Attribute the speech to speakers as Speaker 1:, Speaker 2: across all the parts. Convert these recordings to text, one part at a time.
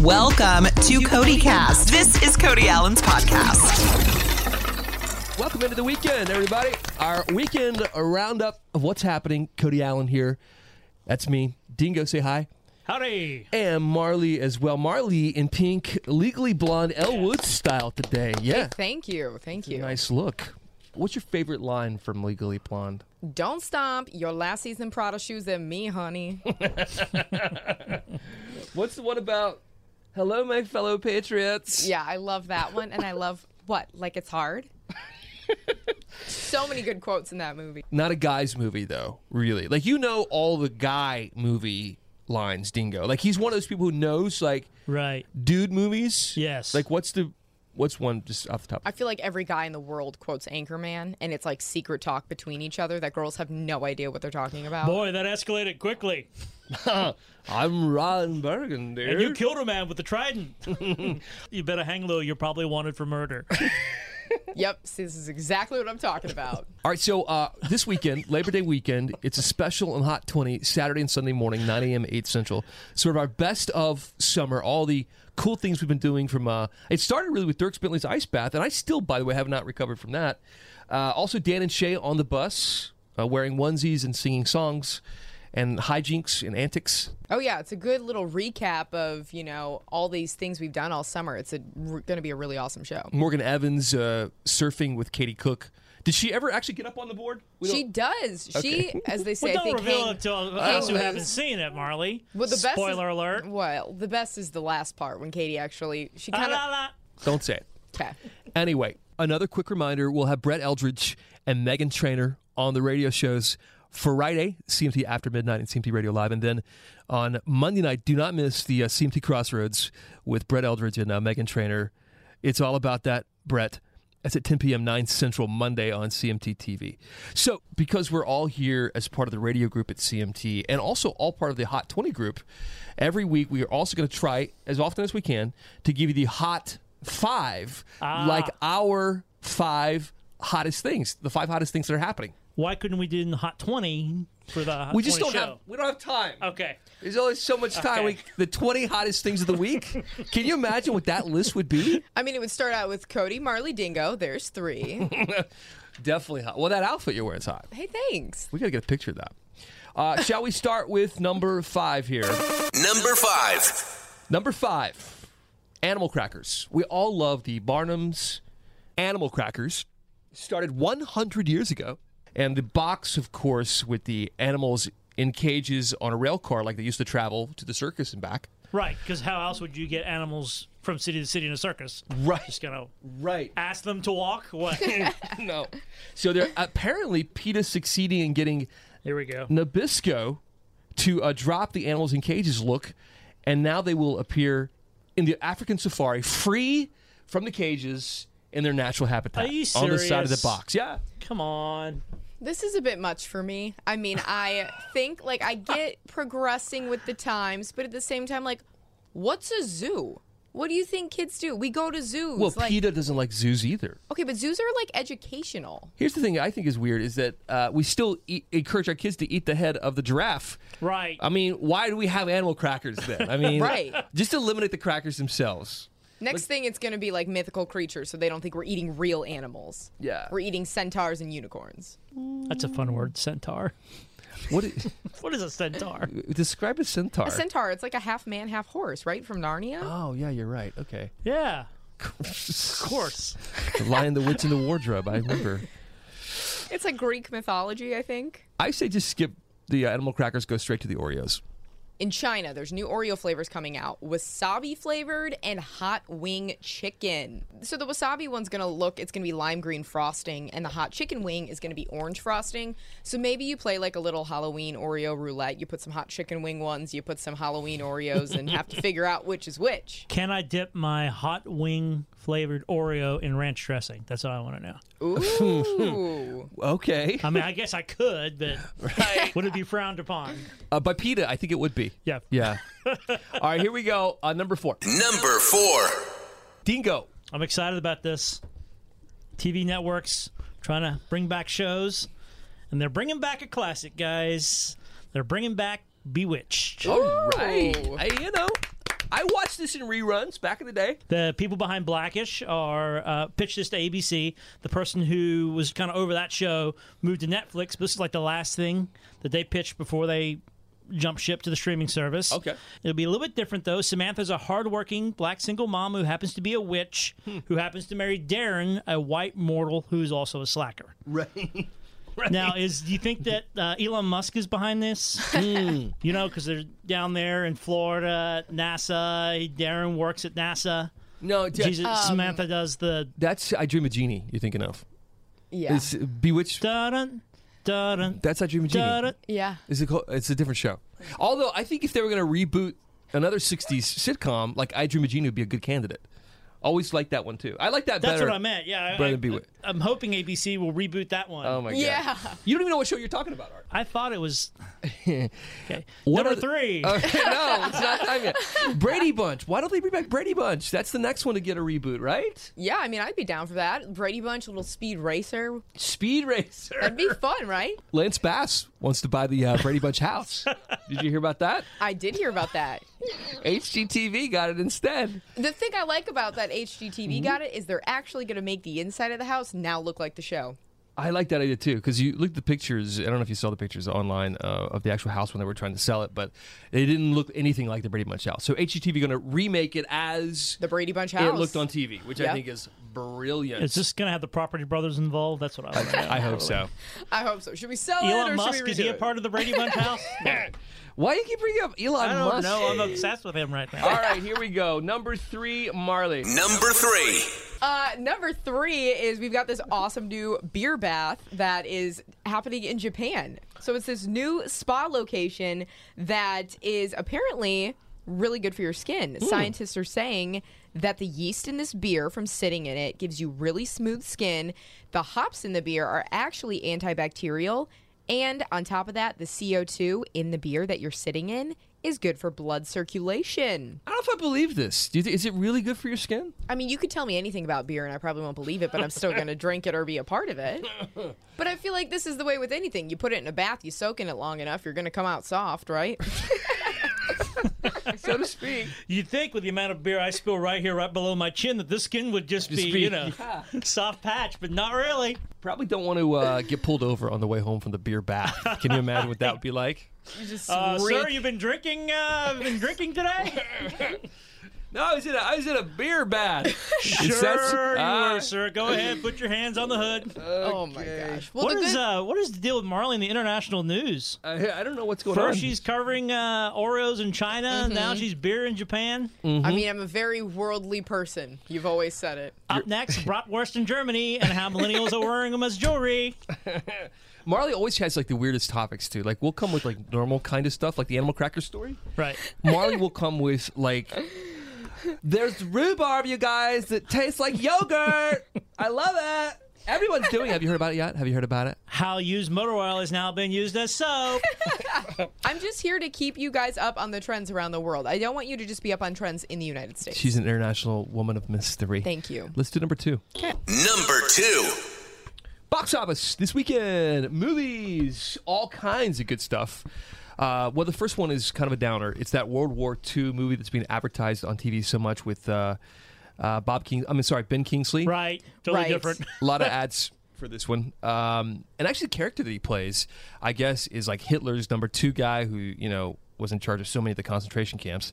Speaker 1: Welcome to Cody Cast. This is Cody Allen's podcast.
Speaker 2: Welcome into the weekend, everybody. Our weekend roundup of what's happening. Cody Allen here. That's me. Dingo, say hi.
Speaker 3: Howdy.
Speaker 2: And Marley as well. Marley in pink, legally blonde, Elle Woods style today. Yeah.
Speaker 4: Thank you. Thank you.
Speaker 2: Nice look. What's your favorite line from Legally Blonde?
Speaker 4: Don't stomp your last season Prada shoes at me, honey.
Speaker 2: What's the one about? Hello, my fellow patriots.
Speaker 4: yeah, I love that one. And I love what? Like it's hard? so many good quotes in that movie.
Speaker 2: Not a guy's movie though, really. Like you know all the guy movie lines, Dingo. Like he's one of those people who knows like
Speaker 3: Right.
Speaker 2: dude movies.
Speaker 3: Yes.
Speaker 2: Like what's the what's one just off the top?
Speaker 4: I feel like every guy in the world quotes Anchorman, and it's like secret talk between each other that girls have no idea what they're talking about.
Speaker 3: Boy, that escalated quickly.
Speaker 2: I'm Ron Bergen, dude.
Speaker 3: And you killed a man with the trident. you better hang low. You're probably wanted for murder.
Speaker 4: Yep, see, this is exactly what I'm talking about.
Speaker 2: All right, so uh, this weekend, Labor Day weekend, it's a special on Hot 20, Saturday and Sunday morning, 9 a.m., 8 Central. Sort of our best of summer, all the cool things we've been doing from. Uh, it started really with Dirk Bentley's Ice Bath, and I still, by the way, have not recovered from that. Uh, also, Dan and Shay on the bus, uh, wearing onesies and singing songs, and hijinks and antics.
Speaker 4: Oh, yeah, it's a good little recap of, you know, all these things we've done all summer. It's going to be a really awesome show.
Speaker 2: Morgan Evans uh, surfing with Katie Cook. Did she ever actually get up on the board? We
Speaker 4: She
Speaker 2: don't-
Speaker 4: does. She, as they
Speaker 3: Mm. Well,
Speaker 4: say, I
Speaker 3: don't
Speaker 4: think
Speaker 3: reveal
Speaker 4: hang-
Speaker 3: it to us who
Speaker 4: hang-
Speaker 3: haven't seen it, Marley.
Speaker 4: Well, the best is-
Speaker 3: Spoiler alert.
Speaker 4: Well, the best is the last part when Katie actually she kind
Speaker 3: Ah, La, la,
Speaker 4: of
Speaker 3: la.
Speaker 2: don't say it.
Speaker 4: okay.
Speaker 2: Anyway, another quick reminder we'll have Brett Eldridge and Megan Trainer on the radio shows Friday, CMT After Midnight and CMT Radio Live. And then on Monday night, do not miss the uh, CMT Crossroads with Brett Eldridge and uh, Megan Trainer. It's all about that, Brett. That's at 10 p.m., 9 Central, Monday on CMT TV. So, because we're all here as part of the radio group at CMT and also all part of the Hot 20 group, every week we are also going to try, as often as we can, to give you the Hot 5,
Speaker 3: Ah.
Speaker 2: like our five hottest things, the five hottest things that are happening.
Speaker 3: Why couldn't we do in the Hot 20 for the Hot
Speaker 2: We just
Speaker 3: 20
Speaker 2: don't have
Speaker 3: show?
Speaker 2: we don't have time.
Speaker 3: Okay.
Speaker 2: There's only so much time.
Speaker 3: Okay.
Speaker 2: We, the 20 hottest things of the week. Can you imagine what that list would be?
Speaker 4: I mean, it would start out with Cody, Marley, Dingo. There's three.
Speaker 2: Definitely hot. Well, that outfit you're wearing is hot.
Speaker 4: hey, thanks.
Speaker 2: We gotta get a picture of that. Uh, shall we start with number five here?
Speaker 5: Number five.
Speaker 2: Number five, animal crackers. We all love the Barnum's animal crackers. Started 100 years ago, and the box, of course, with the animals in cages on a rail car, like they used to travel to the circus and back.
Speaker 3: Right, because how else would you get animals from city to city in a circus?
Speaker 2: Right.
Speaker 3: Just gonna
Speaker 2: Right.
Speaker 3: ask them to walk? What?
Speaker 2: no. So they're apparently PETA succeeding in getting
Speaker 3: Here we go.
Speaker 2: Nabisco to uh, drop the animals in cages look, and now they will appear in the African safari free from the cages in their natural habitat
Speaker 3: Are you
Speaker 2: on the side of the
Speaker 3: serious?
Speaker 2: box. Yeah.
Speaker 3: Come on.
Speaker 4: This is a bit much for me. I mean, I think like I get progressing with the times, but at the same time, like, what's a zoo? What do you think kids do? We go to zoos.
Speaker 2: Well,
Speaker 4: like,
Speaker 2: PETA doesn't like zoos either.
Speaker 4: okay, but zoos are like educational.
Speaker 2: Here's the thing I think is weird is that uh, we still eat, encourage our kids to eat the head of the giraffe.
Speaker 3: Right.
Speaker 2: I mean, why do we have animal crackers then? I mean,
Speaker 4: Right.
Speaker 2: just eliminate the crackers themselves.
Speaker 4: Next thing, it's gonna be like mythical creatures, so they don't think we're eating real animals.
Speaker 2: Yeah.
Speaker 4: we're eating centaurs and unicorns.
Speaker 3: That's a fun word, centaur.
Speaker 2: What is,
Speaker 3: What is a centaur?
Speaker 2: describe a centaur.
Speaker 4: A centaur, it's like a half man, half horse, right? From Narnia.
Speaker 2: oh, yeah, you're right. Okay.
Speaker 3: Yeah. Of course.
Speaker 2: The Lion, the Witch, and the Wardrobe. I remember.
Speaker 4: It's like Greek mythology, I think.
Speaker 2: I say just skip the uh, animal crackers, go straight to the Oreos.
Speaker 4: In China, there's new Oreo flavors coming out wasabi flavored and hot wing chicken. So, the wasabi one's gonna look, it's gonna be lime green frosting, and the hot chicken wing is gonna be orange frosting. So, maybe you play like a little Halloween Oreo roulette. You put some hot chicken wing ones, you put some Halloween Oreos, and have to figure out which is which.
Speaker 3: Can I dip my hot wing flavored Oreo in ranch dressing? That's all I want to know.
Speaker 4: Ooh.
Speaker 2: Okay.
Speaker 3: I mean, I guess I could, but would it be frowned upon?
Speaker 2: Uh, by PETA, I think it would be.
Speaker 3: Yeah.
Speaker 2: Yeah. All right, here we go. Uh, number four
Speaker 5: Number four.
Speaker 2: Dingo.
Speaker 3: I'm excited about this. TV networks trying to bring back shows, and they're bringing back a classic, guys. They're bringing back Bewitched.
Speaker 4: Oh.
Speaker 2: All right.
Speaker 4: Ooh.
Speaker 2: I, you know, I watched
Speaker 6: watched this in reruns back in the day.
Speaker 3: The people behind Blackish are uh, pitched this to ABC. The person who was kind of over that show moved to Netflix. But this is like the last thing that they pitched before they jump ship to the streaming service.
Speaker 6: Okay.
Speaker 3: It'll be a little bit different though. Samantha's a hardworking black single mom who happens to be a witch,
Speaker 6: Hmm.
Speaker 3: who happens to marry Darren, a white mortal who is also a slacker.
Speaker 6: Right.
Speaker 3: Now, is do you think that uh, Elon Musk is behind this?
Speaker 6: Hmm.
Speaker 3: You know, because they're down there in Florida, at NASA. Darren works at NASA.
Speaker 6: No, d-
Speaker 3: Jesus, Samantha does the
Speaker 2: That's I Dream of Genie. You're thinking of
Speaker 4: Yeah.
Speaker 2: It's Bewitched.
Speaker 3: dun dun
Speaker 2: That's I Dream of Genie.
Speaker 3: dun.
Speaker 4: yeah.
Speaker 2: Is it called, it's a different show. Although I think if they were going to reboot another '60s sitcom, like I Dream of Genie would be a good candidate. Always liked that one too. I like that
Speaker 3: That's
Speaker 2: better.
Speaker 3: what I meant. Yeah, I,
Speaker 2: Better
Speaker 3: I,
Speaker 2: than Bewitched.
Speaker 3: I'm hoping ABC will reboot that one.
Speaker 2: Oh my god!
Speaker 4: Yeah.
Speaker 2: You don't even know what show you're talking about, Art.
Speaker 3: I thought it was okay.
Speaker 2: What
Speaker 3: Number
Speaker 2: are the-
Speaker 3: three.
Speaker 2: Okay, no, it's not time yet. Brady Bunch. Why don't they bring back Brady Bunch? That's the next one to get a reboot, right?
Speaker 4: Yeah, I mean, I'd be down for that. Brady Bunch, little speed racer.
Speaker 2: Speed Racer.
Speaker 4: That'd be fun, right?
Speaker 2: Lance Bass wants to buy the uh, Brady Bunch house. Did you hear about that?
Speaker 4: I did hear about that.
Speaker 2: HGTV got it instead.
Speaker 4: The thing I like about that HGTV got it is they're actually going to make the inside of the house now look like the show.
Speaker 2: I like that idea too because you look at the pictures. I don't know if you saw the pictures online uh, of the actual house when they were trying to sell it, but it didn't look anything like the Brady Bunch house. So HGTV going to remake it as
Speaker 4: The Brady Bunch house.
Speaker 2: it looked on TV, which I
Speaker 4: Yeah.
Speaker 2: think is brilliant.
Speaker 3: It's just gonna have the property brothers involved. That's what I. want to know.
Speaker 2: I hope so.
Speaker 4: I hope so. Should we sell it
Speaker 3: Elon
Speaker 4: or
Speaker 3: Musk
Speaker 4: should we redo
Speaker 3: is he a
Speaker 4: it?
Speaker 3: part of the Brady Bunch house?
Speaker 2: Why do you keep bringing up Elon
Speaker 3: I don't
Speaker 2: Musk?
Speaker 3: know. I'm obsessed with him right now.
Speaker 2: All right, here we go. Number three, Marley.
Speaker 5: Number three.
Speaker 4: Uh, number three is we've got this awesome new beer bath that is happening in Japan. So it's this new spa location that is apparently really good for your skin. Scientists are saying that the yeast in this beer from sitting in it gives you really smooth skin. The hops in the beer are actually antibacterial. And on top of that, the CO2 in the beer that you're sitting in is good for blood circulation.
Speaker 2: I don't know if I believe this. Do you thi- is it really good for your skin?
Speaker 4: I mean, you could tell me anything about beer and I probably won't believe it, but I'm still going to drink it or be a part of it. But I feel like this is the way with anything. You put it in a bath, you soak in it long enough, you're going to come out soft, right?
Speaker 2: So to speak.
Speaker 3: You'd think with the amount of beer I spill right here, right below my chin, that this skin would just, be,
Speaker 2: be-
Speaker 3: you know, soft patch, but not really.
Speaker 2: Probably don't want to uh, get pulled over on the way home from the beer bath. Can you imagine what that would be like?
Speaker 4: You just
Speaker 3: Uh,
Speaker 4: rake-
Speaker 3: sir, you've been drinking. Uh, been drinking today?
Speaker 2: No, I was in a, I was in a beer bath.
Speaker 3: sure,
Speaker 2: that's-
Speaker 3: you
Speaker 2: ah.
Speaker 3: were, sir. Go ahead, put your hands on the hood.
Speaker 4: Oh my gosh. Well,
Speaker 3: what
Speaker 4: the
Speaker 3: is
Speaker 4: good- Uh,
Speaker 3: uh, what is the deal with Marley in the international news?
Speaker 2: I, I don't know what's going
Speaker 3: First,
Speaker 2: on.
Speaker 3: she's covering uh, Oreos in China. Now
Speaker 4: Mm-hmm.
Speaker 3: she's beer in Japan.
Speaker 4: I mean, I'm a very worldly person. You've always said it.
Speaker 3: Up next, bratwurst in Germany and how millennials are wearing them as jewelry.
Speaker 2: Marley always has like the weirdest topics too. Like we'll come with like normal kind of stuff, like the animal cracker story.
Speaker 3: Right.
Speaker 2: Marley will come with like there's rhubarb, you guys, that tastes like yogurt. I love it. Everyone's doing it. Have you heard about it yet? Have you heard about it?
Speaker 3: How used motor oil is now being used as soap.
Speaker 4: I'm just here to keep you guys up on the trends around the world. I don't want you to just be up on trends in the United States.
Speaker 2: She's an international woman of mystery.
Speaker 4: Thank you.
Speaker 2: Let's do number two.
Speaker 5: Number two.
Speaker 2: Box office this weekend. Movies, all kinds of good stuff. Uh, well, the first one is kind of a downer. It's that World War II movie that's being advertised on TV so much with uh, uh, Bob King. I mean, sorry, Ben Kingsley.
Speaker 3: Right. Totally
Speaker 4: Right.
Speaker 3: different.
Speaker 2: a lot of ads for this one. Um, and actually, the character that he plays, I guess, is like Hitler's number two guy who, you know, was in charge of so many of the concentration camps.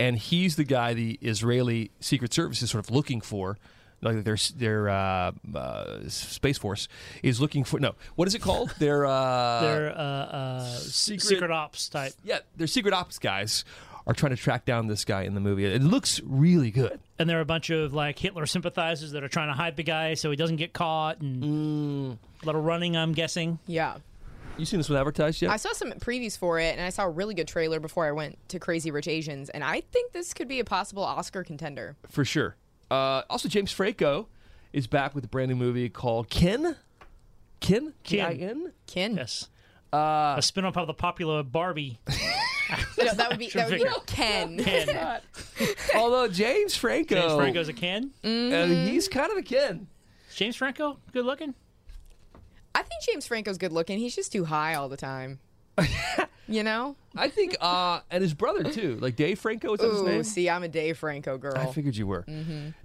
Speaker 2: And he's the guy the Israeli Secret Service is sort of looking for. Like their their uh, uh, space force is looking for no what is it called their uh,
Speaker 3: They're uh, uh, secret, ops type.
Speaker 2: yeah their secret ops guys are trying to track down this guy in the movie it looks really good
Speaker 3: And there are a bunch of like Hitler sympathizers that are trying to hide the guy so he doesn't get caught and
Speaker 4: Mm.
Speaker 3: a lot of running, I'm guessing.
Speaker 4: Yeah.
Speaker 2: you seen this one advertised yet
Speaker 4: I saw some previews for it and I saw a really good trailer before I went to Crazy Rich Asians, and I think this could be a possible Oscar contender.
Speaker 2: for sure. Uh, also, James Franco is back with a brand new movie called Kin. Kin? K-I-N?
Speaker 4: Kin.
Speaker 3: Yes. a spin off of the popular Barbie.
Speaker 4: No, that would be that would be
Speaker 3: figure.
Speaker 4: Ken.
Speaker 3: Ken.
Speaker 2: Although James Franco,
Speaker 3: James Franco's a Ken.
Speaker 2: uh, he's kind of a Ken.
Speaker 3: James Franco, good looking.
Speaker 4: I think James Franco's good looking. He's just too high all the time. You know?
Speaker 2: I think, uh, and his brother too, like Dave Franco is that his
Speaker 4: Ooh,
Speaker 2: name?
Speaker 4: see, I'm a Dave Franco
Speaker 2: I
Speaker 4: girl.
Speaker 2: figured you were.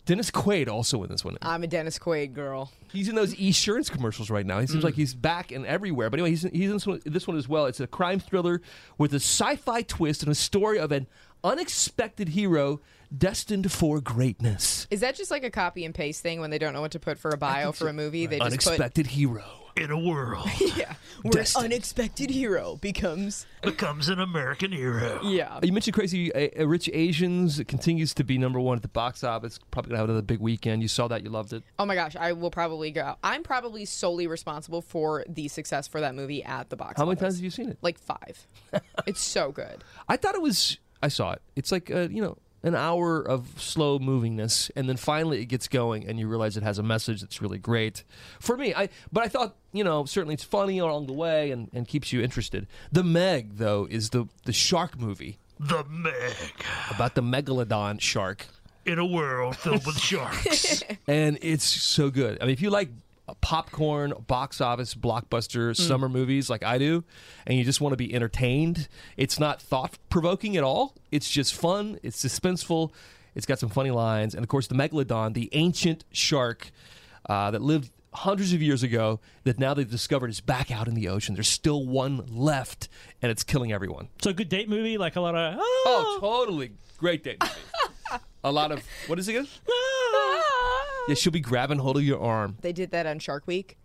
Speaker 2: Dennis Quaid also in this one.
Speaker 4: I'm a Dennis Quaid girl.
Speaker 2: He's in those insurance commercials right now. He
Speaker 3: Mm.
Speaker 2: seems like he's back and everywhere. But anyway, he's in, he's in this, one, this one as well. It's a crime thriller with a sci-fi twist and a story of an unexpected hero destined for greatness.
Speaker 4: Is that just like a copy and paste thing when they don't know what to put for a bio for a movie? They just put
Speaker 2: unexpected hero.
Speaker 3: In a world
Speaker 4: yeah, where an
Speaker 2: Destined.
Speaker 4: unexpected hero becomes
Speaker 3: becomes an American hero.
Speaker 4: yeah.
Speaker 2: You mentioned Crazy uh, Rich Asians. It continues to be number one at the box office. Probably gonna have another big weekend. You saw that. You loved it.
Speaker 4: Oh my gosh, I will probably go. I'm probably solely responsible for the success for that movie at the box.
Speaker 2: How many
Speaker 4: office.
Speaker 2: times have you seen it?
Speaker 4: Like five. it's so good.
Speaker 2: I thought it was. I saw it. It's like uh, you know an hour of slow movingness, and then finally it gets going, and you realize it has a message that's really great for me. I but I thought you know certainly it's funny along the way and, and keeps you interested. The Meg though is the the shark movie
Speaker 3: The Meg
Speaker 2: about the megalodon shark,
Speaker 3: in a world filled with sharks.
Speaker 2: and it's so good. I mean, if you like. Popcorn, box office, blockbuster, summer movies like I do, and you just want to be entertained. It's not thought provoking at all. It's just fun. It's suspenseful. It's got some funny lines, and of course the megalodon, the ancient shark uh, that lived hundreds of years ago, that now they've discovered is back out in the ocean. There's still one left, and it's killing everyone.
Speaker 3: so a good date movie, like a lot of
Speaker 2: Oh,
Speaker 3: oh,
Speaker 2: totally great date. movie. a lot of what is it again? Yeah, she'll be grabbing hold of your arm.
Speaker 4: They did that on Shark Week.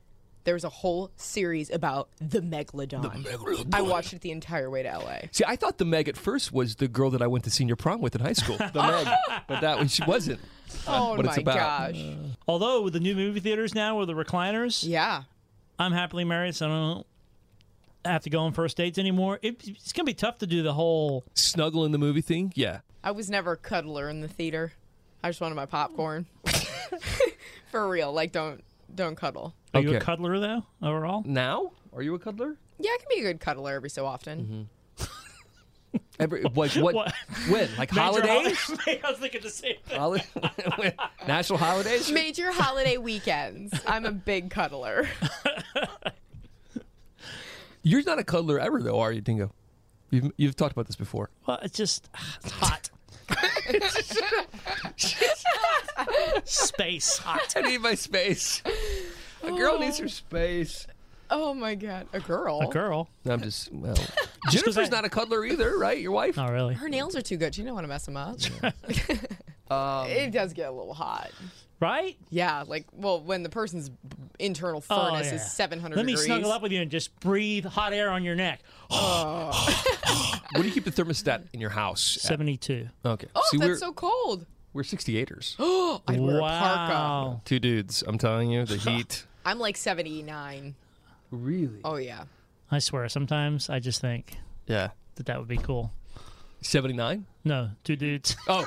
Speaker 4: There was a whole series about the megalodon. I watched it the entire way to LA.
Speaker 3: Uh,
Speaker 2: See, I thought the Meg at first was the girl that I went to senior prom with in high school. The Meg, but that was, she wasn't.
Speaker 4: Oh
Speaker 2: what
Speaker 4: my
Speaker 2: it's about.
Speaker 4: gosh.
Speaker 3: Uh. although with the new movie theaters now with the recliners,
Speaker 4: Yeah.
Speaker 3: I'm happily married, so I don't have to go on first dates anymore. It, it's gonna be tough to do the whole.
Speaker 2: Snuggle in the movie thing. Yeah,
Speaker 4: I was never a cuddler in the theater. I just wanted my popcorn. For real. Like don't don't cuddle.
Speaker 3: Are you a
Speaker 2: Okay.
Speaker 3: cuddler though? Overall,
Speaker 2: Now, are you a cuddler?
Speaker 4: Yeah, I can be a good cuddler every so often.
Speaker 2: Every like what?
Speaker 3: What?
Speaker 2: When like holidays?
Speaker 3: I was thinking the same thing.
Speaker 2: Holi- when- national holidays?
Speaker 3: Mm-hmm.
Speaker 4: Major holiday weekends. I'm a big cuddler.
Speaker 2: You're not a cuddler ever though, are you, Dingo? You've, you've talked about this before.
Speaker 3: Well, it's just it's hot. Space hot.
Speaker 2: I need my space. A girl needs her space.
Speaker 4: Oh my god. A girl.
Speaker 3: A girl.
Speaker 2: I'm just well. Jennifer's
Speaker 3: 'cause I-
Speaker 2: not a cuddler either, right? Your wife?
Speaker 3: Not really.
Speaker 4: Her nails are too good. She didn't want to mess them up.
Speaker 3: Um,
Speaker 4: it does get a little hot.
Speaker 3: Right?
Speaker 4: Yeah, like well, when the person's b- internal furnace
Speaker 3: Oh, yeah.
Speaker 4: is 700
Speaker 3: Let me
Speaker 4: degrees.
Speaker 3: snuggle up with you and just breathe hot air on your neck.
Speaker 2: What do you keep the thermostat in your house? at?
Speaker 3: 72.
Speaker 2: Okay.
Speaker 4: Oh,
Speaker 2: See,
Speaker 4: that's
Speaker 2: we're
Speaker 4: so cold.
Speaker 2: we're 68ers.
Speaker 4: I'd wear a parka.
Speaker 3: wow.
Speaker 2: Two dudes. I'm telling you, the heat.
Speaker 4: I'm like 79.
Speaker 2: really?
Speaker 4: Oh yeah.
Speaker 3: I swear, sometimes I just think
Speaker 2: Yeah.
Speaker 3: that that would be cool.
Speaker 2: 79?
Speaker 3: No, two dudes.
Speaker 2: Oh,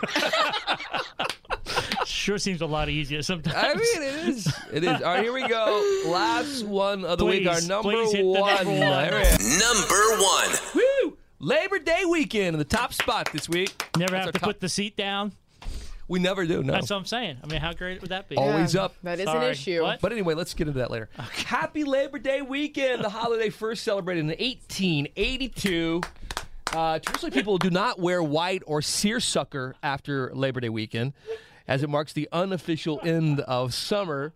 Speaker 3: sure seems a lot easier sometimes.
Speaker 2: I mean, it is. It is. All right, here we go. Last one of the week, our
Speaker 3: Please,
Speaker 2: number
Speaker 3: please hit the
Speaker 2: one.
Speaker 3: number one.
Speaker 2: Here it is.
Speaker 5: Number one.
Speaker 2: Woo! Labor Day weekend in the top spot this week. That's
Speaker 3: Never have
Speaker 2: our
Speaker 3: to
Speaker 2: top-
Speaker 3: put the seat down.
Speaker 2: We never do, no.
Speaker 4: Oh.
Speaker 3: That's what I'm saying. I mean, how great would that be?
Speaker 2: Always- He's up.
Speaker 4: That is
Speaker 3: Sorry.
Speaker 4: an issue.
Speaker 3: What?
Speaker 2: But anyway, let's get into that later. Happy Labor Day weekend. The holiday first celebrated in 1882. Uh, traditionally, people do not wear white or seersucker after Labor Day weekend, as it marks the unofficial end of summer.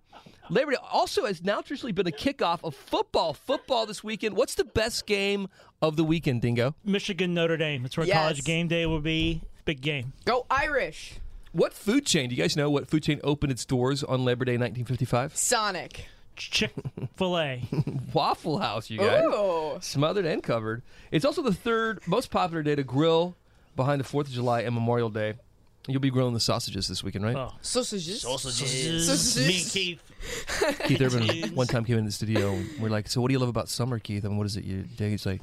Speaker 2: Labor Day also has now traditionally been a kickoff of football. Football this weekend. What's the best game of the weekend, Dingo?
Speaker 3: Michigan Notre Dame. That's where
Speaker 4: Yes.
Speaker 3: college game day will be. Big game.
Speaker 4: Go Irish.
Speaker 2: What food chain? Do you guys know what food chain opened its doors on Labor Day 1955?
Speaker 4: Sonic.
Speaker 3: Chick fil A.
Speaker 2: Waffle House, you guys.
Speaker 4: Ooh.
Speaker 2: smothered and covered. It's also the third most popular day to grill behind the Fourth of July and Memorial Day. You'll be grilling the sausages this weekend, right?
Speaker 3: Oh.
Speaker 4: Sausages.
Speaker 3: Sausages. Me, and Keith.
Speaker 2: Keith Urban one time came in the studio and we're like, "So what do you love about summer, Keith?" And what is it you do? He's like,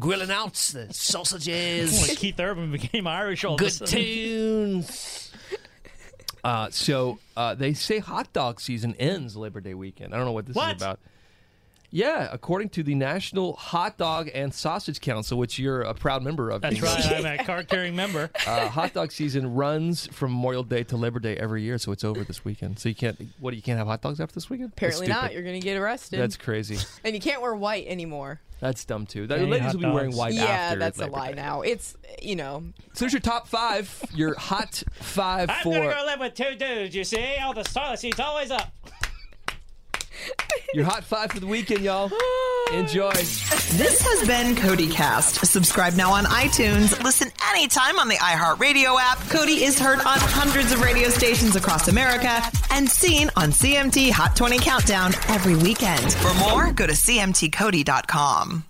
Speaker 2: "Grilling out the sausages,
Speaker 3: Boy, Keith Urban became Irish all of a
Speaker 2: good
Speaker 3: sudden.
Speaker 2: tunes." Uh, so uh, they say hot dog season ends Labor Day weekend. I don't know what this is
Speaker 3: What?
Speaker 2: about. Yeah, according to the National Hot Dog and Sausage Council, which you're a proud member of.
Speaker 3: That's
Speaker 2: Dina.
Speaker 3: right. I'm a card carrying member.
Speaker 2: Uh, hot dog season runs from Memorial Day to Labor Day every year, so it's over this weekend. So you can't what you can't have hot dogs after this weekend? That's
Speaker 4: Apparently
Speaker 2: stupid.
Speaker 4: not. You're gonna get arrested.
Speaker 2: That's crazy.
Speaker 4: and you can't wear white anymore.
Speaker 2: That's dumb too. The
Speaker 3: Yeah,
Speaker 2: ladies
Speaker 3: hot
Speaker 2: will be wearing
Speaker 3: dogs.
Speaker 2: white
Speaker 4: yeah,
Speaker 2: after.
Speaker 4: that's a
Speaker 2: Labor
Speaker 4: lie
Speaker 2: Day.
Speaker 4: now. It's you know
Speaker 2: So there's your top five. Your hot five
Speaker 3: I'm
Speaker 2: for
Speaker 3: gonna go live with two dudes. You see, all the toilet seats always up.
Speaker 2: your hot five for the weekend, y'all. Enjoy.
Speaker 1: This has been Cody Cast. Subscribe now on iTunes. Listen anytime on the iHeartRadio app. Cody is heard on hundreds of radio stations across America and seen on CMT Hot 20 Countdown every weekend. For more, go to cmtcody.com.